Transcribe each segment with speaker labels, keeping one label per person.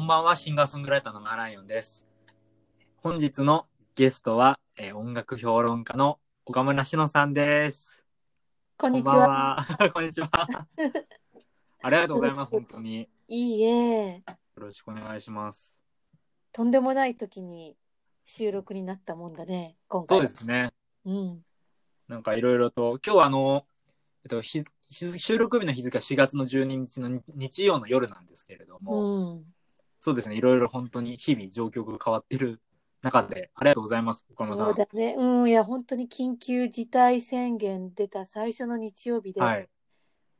Speaker 1: んばんは、シンガーソングライターのマーライオンです。本日のゲストは、えー音楽評論家の岡村志乃さんです。こ
Speaker 2: こんにち
Speaker 1: んばん
Speaker 2: は。
Speaker 1: は。 こんにちは。ありがとうございます。本当に。よ
Speaker 2: いいえ。
Speaker 1: ろしくお願いします。
Speaker 2: とんでもない時に収録になったもんだね、今
Speaker 1: そ
Speaker 2: 回
Speaker 1: う
Speaker 2: は。
Speaker 1: ですね。
Speaker 2: うん。
Speaker 1: なんかいろいろと、今日はあの、えっと、日日付収録日の日付が4月の12日の日曜の夜なんですけれども、
Speaker 2: うん。
Speaker 1: そうですね、いろいろ本当に日々状況が変わってる中で、ありがとうございます、岡村さ。
Speaker 2: そうんだね。うん。いや、本当に緊急事態宣言出た最初の日曜日で、
Speaker 1: はい、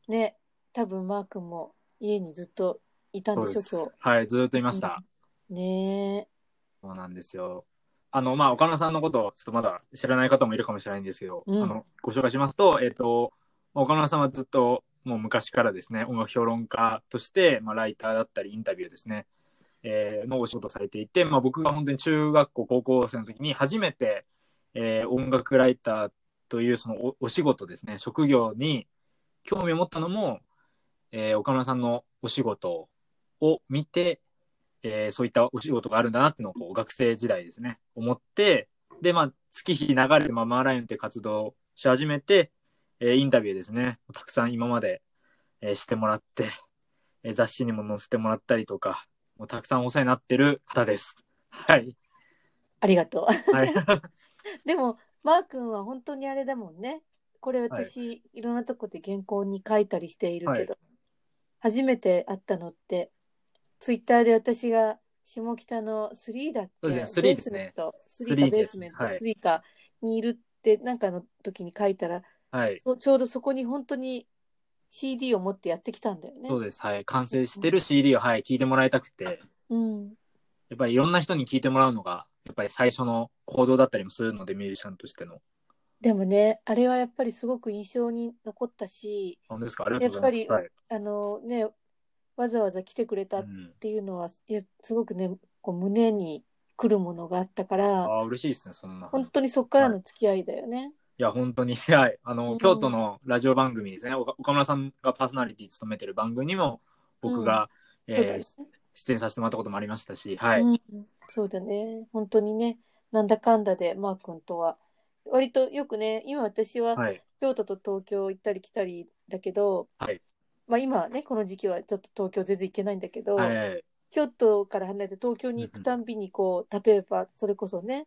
Speaker 2: ね、多分マー君も家にずっといた
Speaker 1: そ
Speaker 2: ん
Speaker 1: う
Speaker 2: で
Speaker 1: で
Speaker 2: しょ
Speaker 1: す。、はい、ずーっといま
Speaker 2: 今
Speaker 1: した。。
Speaker 2: うんね
Speaker 1: そうなんですよ。あの、まあ、岡村さんのことをちょっとまだ知らない方もいるかもしれないんですけど、
Speaker 2: うん
Speaker 1: あの、ご紹介しますと、えっ、と、まあ岡村さんはずっと、もう昔からですね、音楽評論家として、まあ、ライターだったり、インタビューですね、えーのお仕事をされていて、まあ、僕が本当に中学校、高校生の時に初めて、えー音楽ライターというそのおお仕事ですね、職業に興味を持ったのも、えー岡村さんのお仕事を見て、えーそういったお仕事があるんだなっていうのをこう学生時代ですね、思って、で、まあ、月日流れて、まあ、マーライオンっていう活動をし始めて、えーインタビューですね、たくさん今まで、えーしてもらって、えー雑誌にも載せてもらったりとか、もうたくさんお世話になってる方です。はい。
Speaker 2: ありがとう。
Speaker 1: はい。
Speaker 2: でも、マー君は本当にあれだもんね。これ私、い、ろんなとこで原稿に書いたりしているけど、初めて会ったのって、ツイッターで私が下北のスリーだっ
Speaker 1: そうで
Speaker 2: け
Speaker 1: すねスリーですねスリーです
Speaker 2: ベースメントスリーかベースメント、
Speaker 1: はい
Speaker 2: スリーかにいるって、なんかの時に書いたら、
Speaker 1: はい。
Speaker 2: そちょうどそこに本当に CD を持ってやってきたんだよね。
Speaker 1: そうです。はい。完成してる CD を、はい、聞いてもらいたくて、
Speaker 2: うん。
Speaker 1: やっぱりいろんな人に聞いてもらうのが、やっぱり最初の行動だったりもするので、ミュージシャンとしての。
Speaker 2: でもね、あれはやっぱりすごく印象に残ったし、
Speaker 1: 本当ですかありがとうござい
Speaker 2: やっ
Speaker 1: ま
Speaker 2: ぱ
Speaker 1: す。
Speaker 2: りあのね、わざわざ来てくれた
Speaker 1: は
Speaker 2: っ
Speaker 1: い。うん
Speaker 2: っていうのはいやすごくねこう胸に来るものがあったから
Speaker 1: ああ、嬉しいですね、そんな。
Speaker 2: 本
Speaker 1: い
Speaker 2: 当にそこからの付き合いだよね。
Speaker 1: や、本当に、 はい。あの、
Speaker 2: うん
Speaker 1: 京都のラジオ番組ですね、岡岡村さんがパーソナリティ務めてる番組にも、僕が、え
Speaker 2: そうだ
Speaker 1: ー
Speaker 2: ね
Speaker 1: 出演させてもらったこともありましたし、はい。
Speaker 2: うんそうだね本当にねなんだかんだでマー君とは割とよくね今私は
Speaker 1: はい。
Speaker 2: 京都と東京行ったり来たりだけど、
Speaker 1: はい
Speaker 2: まあ、今はねこの時期はちょっと東京全然行けないんだけど、
Speaker 1: はい。
Speaker 2: 京都から離れて東京に行くたんびにこう例えばそれこそね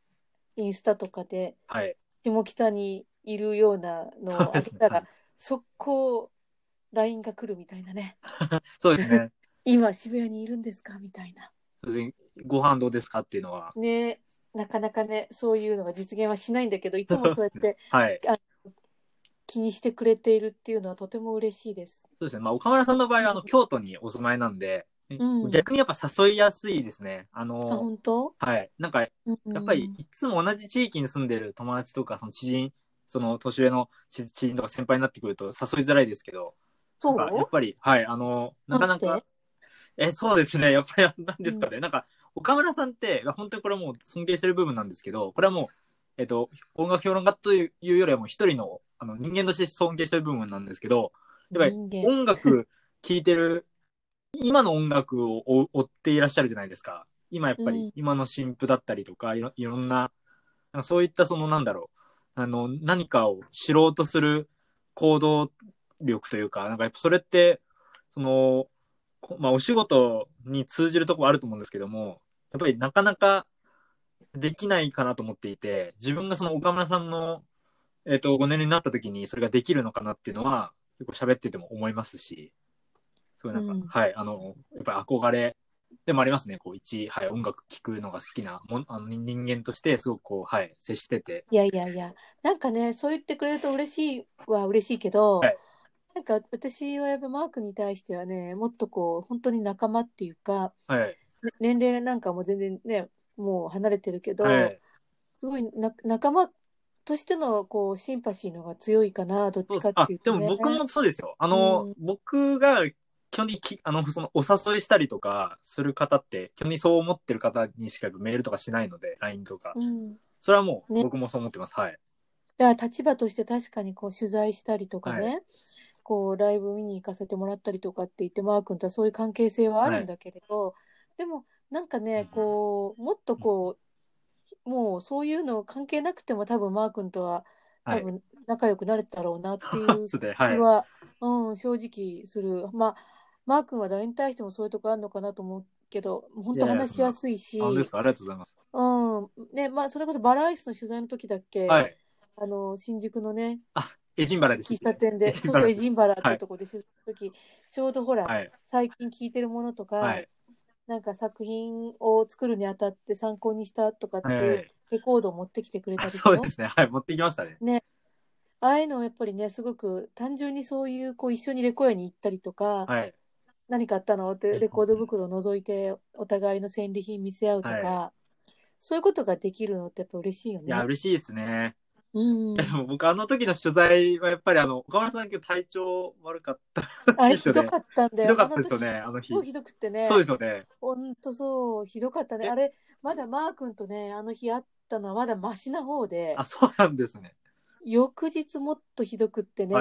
Speaker 2: インスタとかで
Speaker 1: はい。
Speaker 2: 下北にいるようなのをあげたら、速攻 LINE が来るみたいなね。
Speaker 1: そうです ね。
Speaker 2: 今渋谷にいるんですかみたいな。
Speaker 1: そうですね。ご飯どうですかっていうのは、
Speaker 2: ねなかなかね、そういうのが実現はしないんだけど、いつもそうやって
Speaker 1: はい。
Speaker 2: 気にしてくれているっていうのはとても嬉しいです。
Speaker 1: そうですね。まあ、岡村さんの場合は、あの、京都にお住まいなんで、
Speaker 2: うん
Speaker 1: 逆にやっぱ誘いやすいですね。あ
Speaker 2: あ、
Speaker 1: の、
Speaker 2: 本当
Speaker 1: はい。なんか、やっぱりいつも同じ地域に住んでる友達とか、その知人、その年上の知知人とか先輩になってくると誘いづらいですけど、
Speaker 2: そ
Speaker 1: なんかやっ
Speaker 2: う
Speaker 1: ぱり、はい、あの、なかな
Speaker 2: どう
Speaker 1: か
Speaker 2: し、
Speaker 1: え、そうですね、やっぱり、なんですかね、なんか、岡村さんって、本当にこれはもう尊敬してる部分なんですけど、これはもう、えっと、音楽評論家というよりはもう一人のあの人間として尊敬してる部分なんですけど、やっぱり
Speaker 2: 人間。
Speaker 1: 音楽聴いてる、今の音楽を追追っていらっしゃるじゃないですか。今やっぱ
Speaker 2: う
Speaker 1: り
Speaker 2: ん、
Speaker 1: 今の新譜だったりとか、いろいろんな、なんかそういったそのなんだろう、あの、何かを知ろうとする行動力というか、なんかやっぱそれって、その、こまあお仕事に通じるところあると思うんですけども、やっぱりなかなかできないかなと思っていて、自分がその岡村さんの、えっ、と、5年になった時にそれができるのかなっていうのは、結構喋ってても思いますし、すごいなんか、
Speaker 2: うん
Speaker 1: はい、あの、やっぱり憧れでもありますね、こう、一、はい、音楽聴くのが好きなもんあの人人間として、すごくこう、はい、接してて、
Speaker 2: いやいやいや、なんかね、そう言ってくれると嬉しいは嬉しいけど、
Speaker 1: はい
Speaker 2: なんか私はやっぱマークに対してはね、もっとこう、本当に仲間っていうか、
Speaker 1: はい、
Speaker 2: ね年齢なんかも全然ね、もう離れてるけど、
Speaker 1: はい、
Speaker 2: すごいな仲間としてのこうシンパシーの方が強いかな、どっ
Speaker 1: そう
Speaker 2: ち
Speaker 1: です
Speaker 2: かっ
Speaker 1: あ
Speaker 2: ていう
Speaker 1: で
Speaker 2: と、ね。
Speaker 1: も僕もそうですよ。あの、僕が基本的にきあのそのお誘いしたりとかする方って、基本にそう思ってる方にしかメールとかしないので、LINE とか。
Speaker 2: うん、だ
Speaker 1: それはもう、
Speaker 2: ね
Speaker 1: 僕もそう思ってます。はい。
Speaker 2: から立場として確かにこう取材したりとかね、
Speaker 1: は
Speaker 2: こうライブ見に行かせてもらったりとかって言って、マー君とはそういう関係性はあるんだけれど、でもなんか
Speaker 1: うん
Speaker 2: ねこうもっとこうもうそういうの関係なくても多分マー君とは
Speaker 1: はい
Speaker 2: 多分仲良くなれたろうなっていう
Speaker 1: ハウ スで、はい
Speaker 2: 気。は、うん、正直するまあマー君は誰に対してもそういうとこあるのかなと思うけど本当
Speaker 1: いやいや
Speaker 2: 話しやすいし
Speaker 1: あ本当ですかありがとうございます。
Speaker 2: うんねまあ、それこそバラアイスの取材の時だっけ、
Speaker 1: はい。
Speaker 2: あの新宿のね
Speaker 1: エジンバラでし
Speaker 2: 喫
Speaker 1: た
Speaker 2: 茶
Speaker 1: っけ
Speaker 2: 店で
Speaker 1: エ
Speaker 2: そ
Speaker 1: ジン
Speaker 2: う
Speaker 1: バ
Speaker 2: そ
Speaker 1: ラ
Speaker 2: う
Speaker 1: で
Speaker 2: エ
Speaker 1: す
Speaker 2: ジンバラって
Speaker 1: はい
Speaker 2: とこで取材の時、ちょうどほら、
Speaker 1: はい。
Speaker 2: 最近聴いてるものとか、
Speaker 1: はい。
Speaker 2: なんか作品を作るにあたって参考にしたとかって
Speaker 1: はい
Speaker 2: い
Speaker 1: は
Speaker 2: う
Speaker 1: い。
Speaker 2: レコードを持ってきてくれた
Speaker 1: あ
Speaker 2: りと
Speaker 1: そう
Speaker 2: か
Speaker 1: ですね。はい。持ってきましたね。
Speaker 2: ああいうのをやっぱりねすごく単純にそういうこう一緒にレコヤに行ったりとか、
Speaker 1: はい。
Speaker 2: 何かあった
Speaker 1: う
Speaker 2: のっ
Speaker 1: んう
Speaker 2: て
Speaker 1: ん
Speaker 2: レコード袋を覗いてお互いの戦利品見せ合うとか、
Speaker 1: は
Speaker 2: そういうことができるのってやっぱ嬉しいよ
Speaker 1: いや、
Speaker 2: ね。
Speaker 1: 嬉しいですね。
Speaker 2: うん
Speaker 1: いや、でも僕、あの時の取材はやっぱり、あの、岡村さん今日体調悪かった。
Speaker 2: あれ
Speaker 1: です
Speaker 2: ひ
Speaker 1: よね
Speaker 2: どかったんだ
Speaker 1: ひ
Speaker 2: よ。
Speaker 1: どかったですよね、あの
Speaker 2: あの時。
Speaker 1: 日
Speaker 2: も。うひどくってね。
Speaker 1: そうですよね。
Speaker 2: ほんとそう、ひどかったね。
Speaker 1: え
Speaker 2: あれ、まだマー君とね、あの日会ったのはまだマシな方で、
Speaker 1: あ、そうなんですね。
Speaker 2: 翌日もっとひどくってね、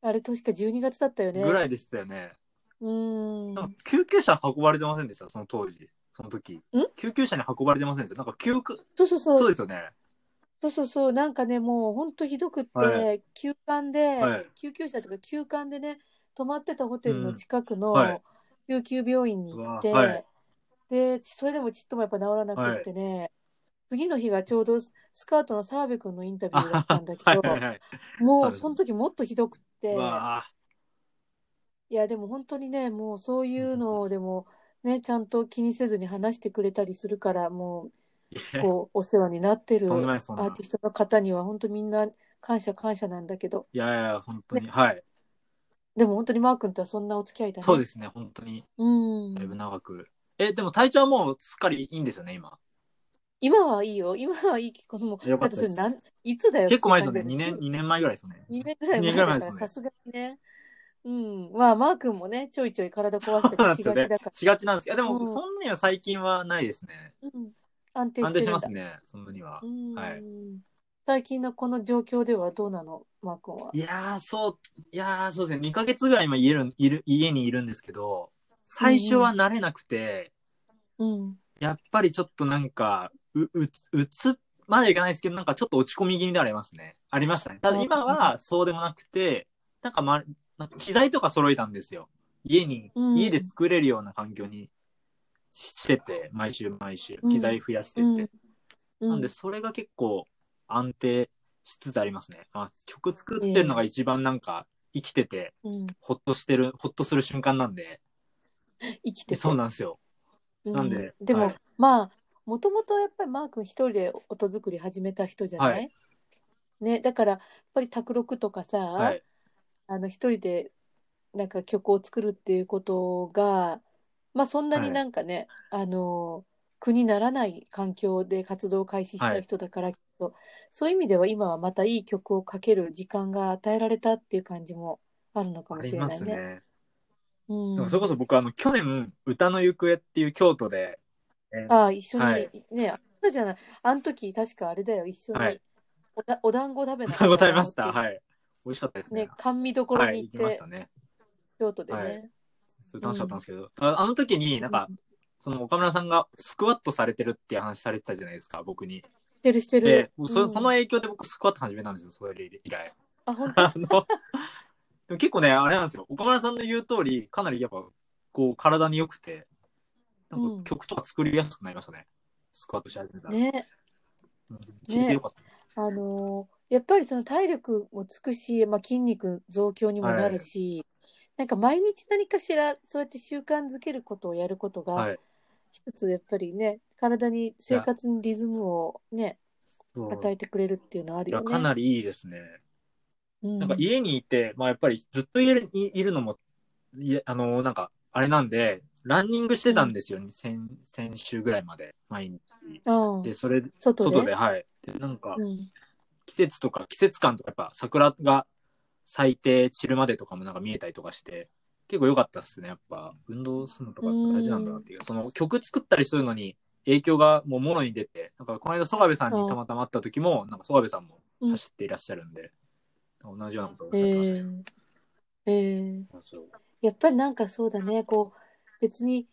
Speaker 1: は
Speaker 2: あれ確か12月だったよね。
Speaker 1: ぐらいでしたよね。
Speaker 2: うん。
Speaker 1: なんか救急車運ばれてませんでした、その当時。その時。救急車に運ばれてませんでした。なんか救急、
Speaker 2: そうそうそう
Speaker 1: そう。ですよね。
Speaker 2: そうそうそう、なんかね、もう本当ひどくって、
Speaker 1: は
Speaker 2: 休館で、
Speaker 1: はい
Speaker 2: 救急車とか休館でね、泊まってたホテルの近く
Speaker 1: うんはい
Speaker 2: の救急病院に行って、
Speaker 1: うわはい
Speaker 2: で、それでもちっともやっぱ治らなくってね、次の日がちょうどススカートの澤部君のインタビューだったんだけ
Speaker 1: はい
Speaker 2: ど、
Speaker 1: はいはい。
Speaker 2: も
Speaker 1: 澤部
Speaker 2: う
Speaker 1: 君
Speaker 2: その時もっとひどくって、
Speaker 1: うわあ
Speaker 2: いや、でも本当にね、もうそういうのでも、ね、ちゃんと気にせずに話してくれたりするから、もう、
Speaker 1: いや
Speaker 2: こう、お世話になってる
Speaker 1: とんでもないです、そんな。
Speaker 2: アーティストの方には本当みんな感謝感謝なんだけど、
Speaker 1: いやいや、本当に。はい。
Speaker 2: でも本当にマー君とはそんなお付き合いだね。
Speaker 1: そうですね、本当に。
Speaker 2: うん
Speaker 1: だいぶ長く。え、でも体調はもうすっかりいいんですよね、今。
Speaker 2: 今はいいよ。今はいいけども、
Speaker 1: よか
Speaker 2: だ
Speaker 1: っ
Speaker 2: った
Speaker 1: で
Speaker 2: てそ
Speaker 1: す
Speaker 2: れなんいつだよって
Speaker 1: 結構前ですよね。
Speaker 2: 感じ
Speaker 1: 2
Speaker 2: だよ
Speaker 1: 年、二年前ぐらいですよね。
Speaker 2: 二年ぐらい
Speaker 1: 二
Speaker 2: 前
Speaker 1: 年ぐらい
Speaker 2: だ
Speaker 1: 前
Speaker 2: か
Speaker 1: ですね
Speaker 2: ら、さすがにね。うん。まあ、マー君もね、ちょいちょい体壊し
Speaker 1: そうなん
Speaker 2: たり
Speaker 1: で
Speaker 2: し
Speaker 1: すよ
Speaker 2: がち
Speaker 1: ね
Speaker 2: だか。
Speaker 1: しがちなんですけど、いやでも
Speaker 2: う
Speaker 1: 僕
Speaker 2: ん
Speaker 1: そんなには最近はないですね。
Speaker 2: ら、うん。安定
Speaker 1: 安
Speaker 2: し
Speaker 1: 定
Speaker 2: て
Speaker 1: して
Speaker 2: る
Speaker 1: ま
Speaker 2: ん
Speaker 1: す
Speaker 2: だ。
Speaker 1: ね、そんなには
Speaker 2: う。ん
Speaker 1: はい。
Speaker 2: 最近のこの状況ではどうなのマー君は。
Speaker 1: いやー、そう、いやー、そうですね。2ヶ月ぐらい今家るいる家にいるんですけど、最初は慣れなくて、
Speaker 2: うん。
Speaker 1: やっぱりちょっとなんか、う、うつ、うつまではいかないですけど、なんかちょっと落ち込み気味ではありますね。ありましたね。ただ今はそうでもなくて、なんかま、なんか機材とか揃えたんですよ。家に、
Speaker 2: うん
Speaker 1: 家で作れるような環境にししてて、毎週毎週、機材増やして
Speaker 2: う
Speaker 1: て。
Speaker 2: ん。う
Speaker 1: なんで、それが結構安定しつつありますね。まあ、曲作ってるのが一番なんか生きてて、
Speaker 2: うん。
Speaker 1: ほっとしてる、ほっとする瞬間なんで。
Speaker 2: 生きてて
Speaker 1: そうなんですよ。なんで
Speaker 2: うん、でも、
Speaker 1: はい
Speaker 2: まあもともとやっぱりマー君一人で音作り始めた人じゃない、
Speaker 1: は
Speaker 2: ね、だからやっぱり卓録とかさ、
Speaker 1: はい。
Speaker 2: あの一人でなんか曲を作るっていうことが、まあ、そんなになんかね、あの苦にならない環境で活動を開始した人だから、きっとそういう意味では今はまたいい曲をかける時間が与えられたっていう感じもあるのか
Speaker 1: あ
Speaker 2: も
Speaker 1: り
Speaker 2: しれ
Speaker 1: ま
Speaker 2: ない
Speaker 1: す
Speaker 2: ね。
Speaker 1: ね。
Speaker 2: うん、
Speaker 1: なんかそれこそ僕、あの、去年、歌の行方っていう京都で、えー
Speaker 2: ああ、一緒に、
Speaker 1: はい
Speaker 2: ね、あったじゃない。あの時、確かあれだよ、一緒に、
Speaker 1: はい
Speaker 2: おだお団子食べ
Speaker 1: お
Speaker 2: な
Speaker 1: さ
Speaker 2: が
Speaker 1: ご
Speaker 2: ら
Speaker 1: ざいました。
Speaker 2: い。
Speaker 1: はい。美味しかったですね。
Speaker 2: ね、甘味どころ
Speaker 1: はい、
Speaker 2: に
Speaker 1: 行き
Speaker 2: 行っ
Speaker 1: ま
Speaker 2: て、
Speaker 1: したね。
Speaker 2: 京都でね。
Speaker 1: はいそれ楽しかったんですけど、ああの時になんか
Speaker 2: う、
Speaker 1: その岡村さんがスクワットされてるっていう話されてたじゃないですか、僕に。
Speaker 2: してるして
Speaker 1: で
Speaker 2: る。、
Speaker 1: もうそ
Speaker 2: うん
Speaker 1: その影響で僕スクワット始めたんですよ、それ以来。
Speaker 2: あ、本当
Speaker 1: あの、でも結構ね、あれなんですよ。岡村さんの言う通り、かなりやっぱ、こう、体に良くて、なんか曲とか作りやすくなりましたね。スクワットし始めたら。
Speaker 2: ね、
Speaker 1: うん聞いてよかったです。
Speaker 2: あのーやっぱりその体力もつくし、まあ、筋肉増強にもなるし、なんか毎日何かしら、そうやって習慣づけることをやること
Speaker 1: は
Speaker 2: が、
Speaker 1: い。
Speaker 2: 一つやっぱりね、体に生活にリズムをね、
Speaker 1: そう
Speaker 2: 与えてくれるっていうのはあ
Speaker 1: い
Speaker 2: るよ
Speaker 1: や、
Speaker 2: ね。
Speaker 1: かなりいいですね。
Speaker 2: うん
Speaker 1: なんか家にいて、まあやっぱりずっと家にいるのも、いえあのなんか、あれなんで、ランニングしてたんですよ、先先週ぐらいまで、毎日。
Speaker 2: うん
Speaker 1: で、それ、
Speaker 2: 外で
Speaker 1: 外で、はい。で、なんか、
Speaker 2: うん、
Speaker 1: 季節とか、季節感とか、やっぱ桜が咲いて散るまでとかもなんか見えたりとかして、結構良かったっすね、やっぱ。運動するのとかやっぱ大事なんだなっていう、その曲作ったりするのに影響がもうもろに出て、なんかこの間、曽我部さんにたまたま会った時も、なんか曽我部さんも走っていらっしゃるんで、同じようなことをおっ
Speaker 2: え
Speaker 1: しゃってましたね。
Speaker 2: ーえー
Speaker 1: そう
Speaker 2: やっぱりなんかそうだねこう別に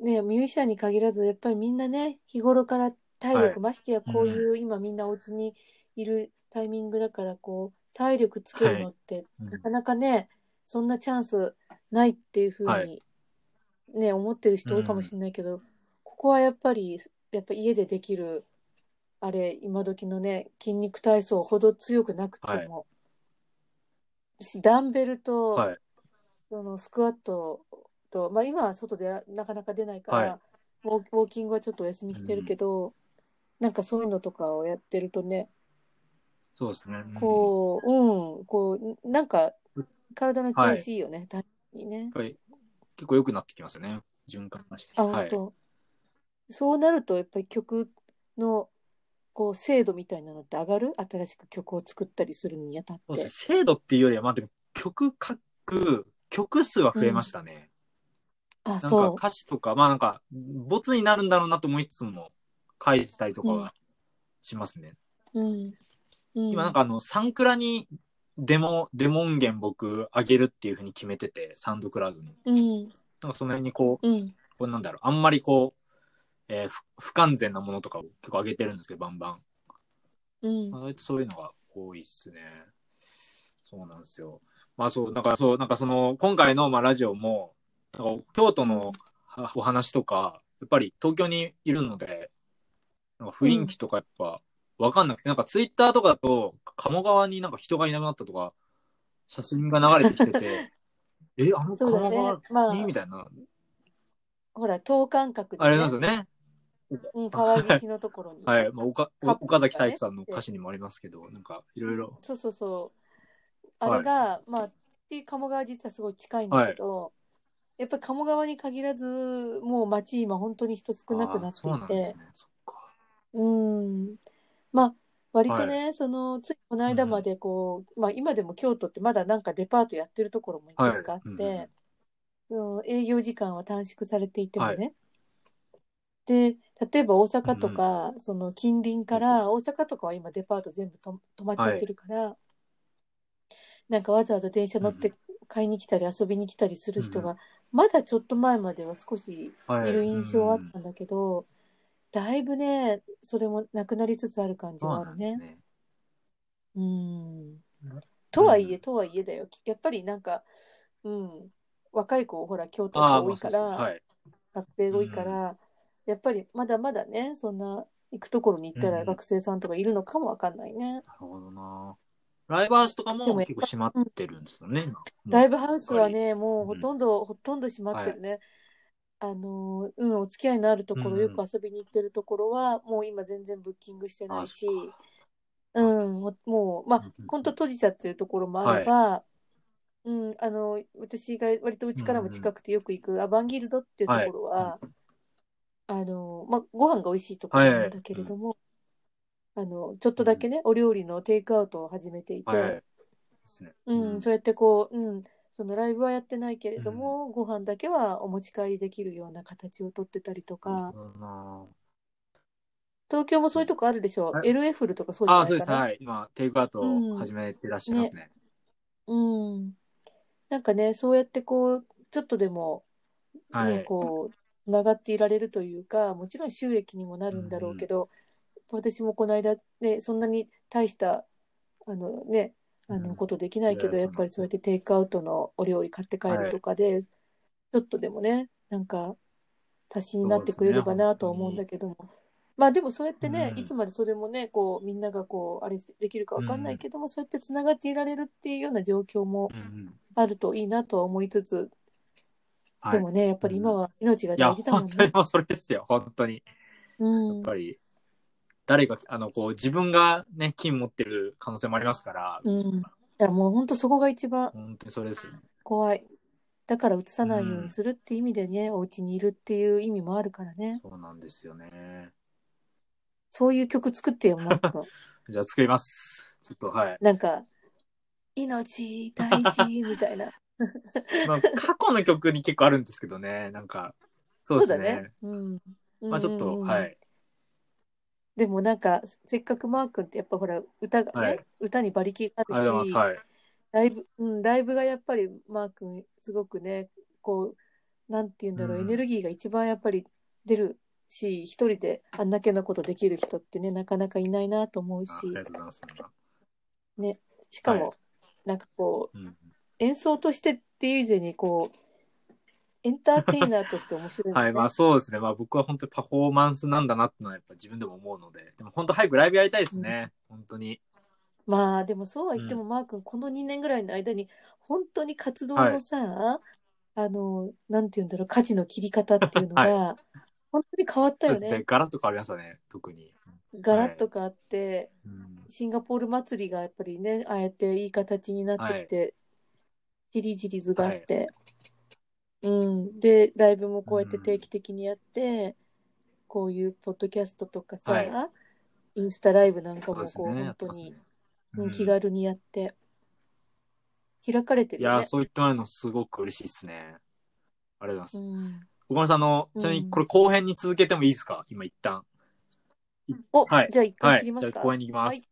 Speaker 2: ね、ミュージシャンに限らず、やっぱりみんなね、日頃から体力、
Speaker 1: はい
Speaker 2: ましてやこういう、今みんなお家にいるタイミングだから、こう、体力つけるのって、
Speaker 1: うん
Speaker 2: なかなかね、そんなチャンスないっていうふうに、
Speaker 1: は
Speaker 2: ね、思ってる人多いかもしれないけど、ここはやっぱり、やっぱ家でできる、あれ、今時のね、筋肉体操ほど強くなくても、しダンベルと、
Speaker 1: はい。
Speaker 2: そのスクワットと、まあ、今は外でなかなか出ないから、
Speaker 1: は
Speaker 2: ウォーウォーキングはちょっとお休みしてるけど、なんかそういうのとかをやってるとね、
Speaker 1: そうですね。うん
Speaker 2: こう、うん、こう、なんか体の調
Speaker 1: はい
Speaker 2: 子いいよね、単にね。
Speaker 1: やっぱり結構良くなってきますよね。循環がして。
Speaker 2: あ、
Speaker 1: は
Speaker 2: 本
Speaker 1: い。
Speaker 2: 当、そうなると、やっぱり曲の、こう、精度みたいなのって上がる新しく曲を作ったりするにあたっ
Speaker 1: そう
Speaker 2: て。
Speaker 1: ですね精度っていうよりは、まあでも曲書く、曲数は増えましたね。
Speaker 2: あ、
Speaker 1: なんか
Speaker 2: そう。
Speaker 1: 歌詞とか、まあなんか、ボツになるんだろうなと思いつつも、書いてたりとかはしますね。
Speaker 2: うん。うん、
Speaker 1: 今なんかあの、サンクラにデモ、デモ音源僕上げるっていうふうに決めてて、サウンドクラウドに。
Speaker 2: うん、
Speaker 1: なんかその辺にこう、
Speaker 2: うん、
Speaker 1: こうなんだろう、あんまりこう、えーふ不完全なものとかを結構上げてるんですけど、バンバン。
Speaker 2: うん
Speaker 1: まあ、。割とそういうのが多いっすね。そうなんですよ。まあそう、なんかそう、なんかその、今回のまあラジオも、なんか京都のはお話とか、やっぱり東京にいるので、なんか雰囲気とかやっぱわかんなくて、なんかツイッターとかだと、鴨川になんか人がいなくなったとか、写真が流れてきてて、 え、あの
Speaker 2: そうだ
Speaker 1: 鴨
Speaker 2: ね
Speaker 1: 川。
Speaker 2: まあ
Speaker 1: に、みたいな、
Speaker 2: ほら、等間隔で、
Speaker 1: あ
Speaker 2: ね。
Speaker 1: れなんですよね。
Speaker 2: うん、川岸のところに。
Speaker 1: はい。まあ、岡
Speaker 2: カップルがね
Speaker 1: 岡崎体育さんの歌詞にもありますけど、なんかいろいろ。
Speaker 2: そうそうそう。
Speaker 1: はい
Speaker 2: あれが、まあ、っていう鴨川実はすごい近いんだけど、やっぱり鴨川に限らず、もう町今本当に人少なく
Speaker 1: あー
Speaker 2: なって
Speaker 1: そうなんで
Speaker 2: い
Speaker 1: す
Speaker 2: て、
Speaker 1: ね。そっか。
Speaker 2: うん。まあ、割とね、その、ついこの間までこう、まあ今でも京都ってまだなんかデパートやってるところもいくつかあって、
Speaker 1: はい
Speaker 2: その営業時間は短縮されていてもね。
Speaker 1: は
Speaker 2: で、例えば大阪とか、その近隣から、大阪とかは今デパート全部と止まっちゃってるから、なんかわざわざ電車乗って買いに来たり遊びに来たりする人が、まだちょっと前までは少し
Speaker 1: はい
Speaker 2: る印象はあ
Speaker 1: うん
Speaker 2: ったんだけど、だいぶね、それもなくなりつつある感じ
Speaker 1: そう
Speaker 2: はあ
Speaker 1: な
Speaker 2: る
Speaker 1: んです
Speaker 2: ね。
Speaker 1: ね。
Speaker 2: うん。とはいえ、
Speaker 1: うん
Speaker 2: とはいえだよ。やっぱりなんか、うん、若い子、ほら、京都
Speaker 1: あ
Speaker 2: が
Speaker 1: あ、ま
Speaker 2: 多
Speaker 1: あ
Speaker 2: い
Speaker 1: そ
Speaker 2: か
Speaker 1: うですね。
Speaker 2: ら、
Speaker 1: はい。
Speaker 2: 学生が多いから、やっぱりまだまだね、そんな、行くところに行った
Speaker 1: う
Speaker 2: ら
Speaker 1: ん
Speaker 2: 学生さんとかいるのかもわかんないね。
Speaker 1: なるほどな。ライブハウスとか
Speaker 2: で
Speaker 1: も
Speaker 2: も
Speaker 1: 結構閉まってるんですよね。
Speaker 2: ライ
Speaker 1: ブ
Speaker 2: ブハウスはね、もうほとんど、ほとんど閉まってるね。あの、うん、お付き合いのあるところ、
Speaker 1: うん
Speaker 2: よく遊びに行ってるところは、もう今全然ブッキングしてないし、
Speaker 1: っか
Speaker 2: うん、もうもう、ま
Speaker 1: うんうんう
Speaker 2: あ
Speaker 1: ん、
Speaker 2: 本当閉じちゃってるところもあれば、うん、あの、私が割とうちからも近くてよく行くアバンギルドっていうところは、
Speaker 1: は
Speaker 2: あの、まあ、ご飯が美味しいところなんだけれども、あの、ちょっとだけね、お料理のテイクアウトを始めていて、
Speaker 1: はい。ですね。
Speaker 2: うん、そうやってこう、うん、そのライブはやってないけれども、ご飯だけはお持ち帰りできるような形をとってたりと
Speaker 1: なる
Speaker 2: か、
Speaker 1: ほどな
Speaker 2: 東京もそういうとこあるでしょ
Speaker 1: は。い
Speaker 2: LF フルとかそうじゃ
Speaker 1: あ
Speaker 2: な
Speaker 1: あ、
Speaker 2: い
Speaker 1: そうで
Speaker 2: か
Speaker 1: す。
Speaker 2: な。
Speaker 1: はい。今、テイクアウトを始めてらっしゃいますね。
Speaker 2: うん。なんかね、そうやってこう、ちょっとでも、ね、
Speaker 1: はい。
Speaker 2: こう、つながっていられるというか、もちろん収益にもなるんだろうけど、私もこの間、ね、そんなに大した、あのね、あ
Speaker 1: う
Speaker 2: の
Speaker 1: ん
Speaker 2: ことできないけど、
Speaker 1: いや
Speaker 2: やっぱりそうやってテイクアウトのお料理買って帰るとかで、ちょっとでもね、なんか、足しになってくれればなとは思うんだけども。まあでもそうやってね、
Speaker 1: うん
Speaker 2: いつまでそれもね、こう、みんながこう、あれできるかわかんないけども、そうやってつながっていられるっていうような状況も
Speaker 1: うんうん
Speaker 2: あるといいなとは思いつつ、
Speaker 1: は
Speaker 2: で
Speaker 1: い。
Speaker 2: もね、やっぱり今は命が
Speaker 1: いや、
Speaker 2: 大事だもん
Speaker 1: 本当に
Speaker 2: ね。
Speaker 1: もうそれですよ。本当に。
Speaker 2: う
Speaker 1: やっ
Speaker 2: ん。
Speaker 1: ぱり、誰か、あの、こう、自分がね、金持ってる可能性もありますから、
Speaker 2: うんいや、もう本当そこが一番
Speaker 1: 本当にそれですよね。
Speaker 2: 怖い。だからうつさないようにするって意味でね、お家にいるっていう意味もあるからね。
Speaker 1: そうなんですよね。
Speaker 2: そういう曲作ってよ、マッ クン。
Speaker 1: じゃあ作ります。ちょっと、はい。
Speaker 2: なんか、命大事みたいな。
Speaker 1: まあ、過去の曲に結構あるんですけどね、なんか、 そう
Speaker 2: そ
Speaker 1: で
Speaker 2: う
Speaker 1: す
Speaker 2: だ
Speaker 1: ね。
Speaker 2: ね。うん。
Speaker 1: まあ、ちょっと、
Speaker 2: うんうんうん
Speaker 1: は。い。
Speaker 2: でもなんか、せっかくマー君ってやっぱほら、歌がね、
Speaker 1: はい
Speaker 2: 歌に馬力が
Speaker 1: ありがとう
Speaker 2: あ
Speaker 1: ご
Speaker 2: る
Speaker 1: ざい
Speaker 2: し、
Speaker 1: ます。はい。
Speaker 2: ライブ、うん、ライブがやっぱりマー君すごくね、こう、なんて言うんだろう、
Speaker 1: うん
Speaker 2: エネルギーが一番やっぱり出るし、一人であんだけのことできる人ってね、なかなかいないなと思うし
Speaker 1: あ、りがとうございます。
Speaker 2: しかも、
Speaker 1: は
Speaker 2: なんかこう、
Speaker 1: うん
Speaker 2: 演奏としてっていう以前に、こう、エンターテイナーとして面白い、ね。
Speaker 1: はい、まあそうですね。まあ僕は本当にパフォーマンスなんだなってのはやっぱ自分でも思うので、でも本当早くライブやりたいですね。本当に。
Speaker 2: まあでもそうは言っても、
Speaker 1: う
Speaker 2: マー君この2年ぐらいの間に本当に活動のさ、あのなんて言うんだろう舵の切り方っていうのが、本当に変わった
Speaker 1: そう
Speaker 2: よ
Speaker 1: ですね
Speaker 2: ね。
Speaker 1: ガラッと変わりましたね、特に。
Speaker 2: ガラッと変わって、
Speaker 1: うん
Speaker 2: シンガポール祭りがやっぱりねああやっていい形になってきて、じりじり図があって、うん、でライブもこうやって定期的にやって、こういうポッドキャストとかさ、
Speaker 1: はい
Speaker 2: インスタライブなんか
Speaker 1: そう
Speaker 2: も
Speaker 1: です
Speaker 2: こう
Speaker 1: ね。や
Speaker 2: 本
Speaker 1: って
Speaker 2: 当
Speaker 1: ます
Speaker 2: に。
Speaker 1: ね。
Speaker 2: うん、気
Speaker 1: い
Speaker 2: 軽にやって、開かれてるよ
Speaker 1: や、
Speaker 2: ね。
Speaker 1: そう言ってもらえるのすごく嬉しいですね。ありがとうございます。
Speaker 2: うん、
Speaker 1: 岡村さん、あの、ちなみにこれ後編に続けてもいいですか今一旦。
Speaker 2: お、
Speaker 1: はい
Speaker 2: じゃあ一
Speaker 1: は
Speaker 2: 回切
Speaker 1: い。
Speaker 2: りま
Speaker 1: じゃ
Speaker 2: す
Speaker 1: あ
Speaker 2: か。
Speaker 1: 後編に行きま
Speaker 2: はい
Speaker 1: す。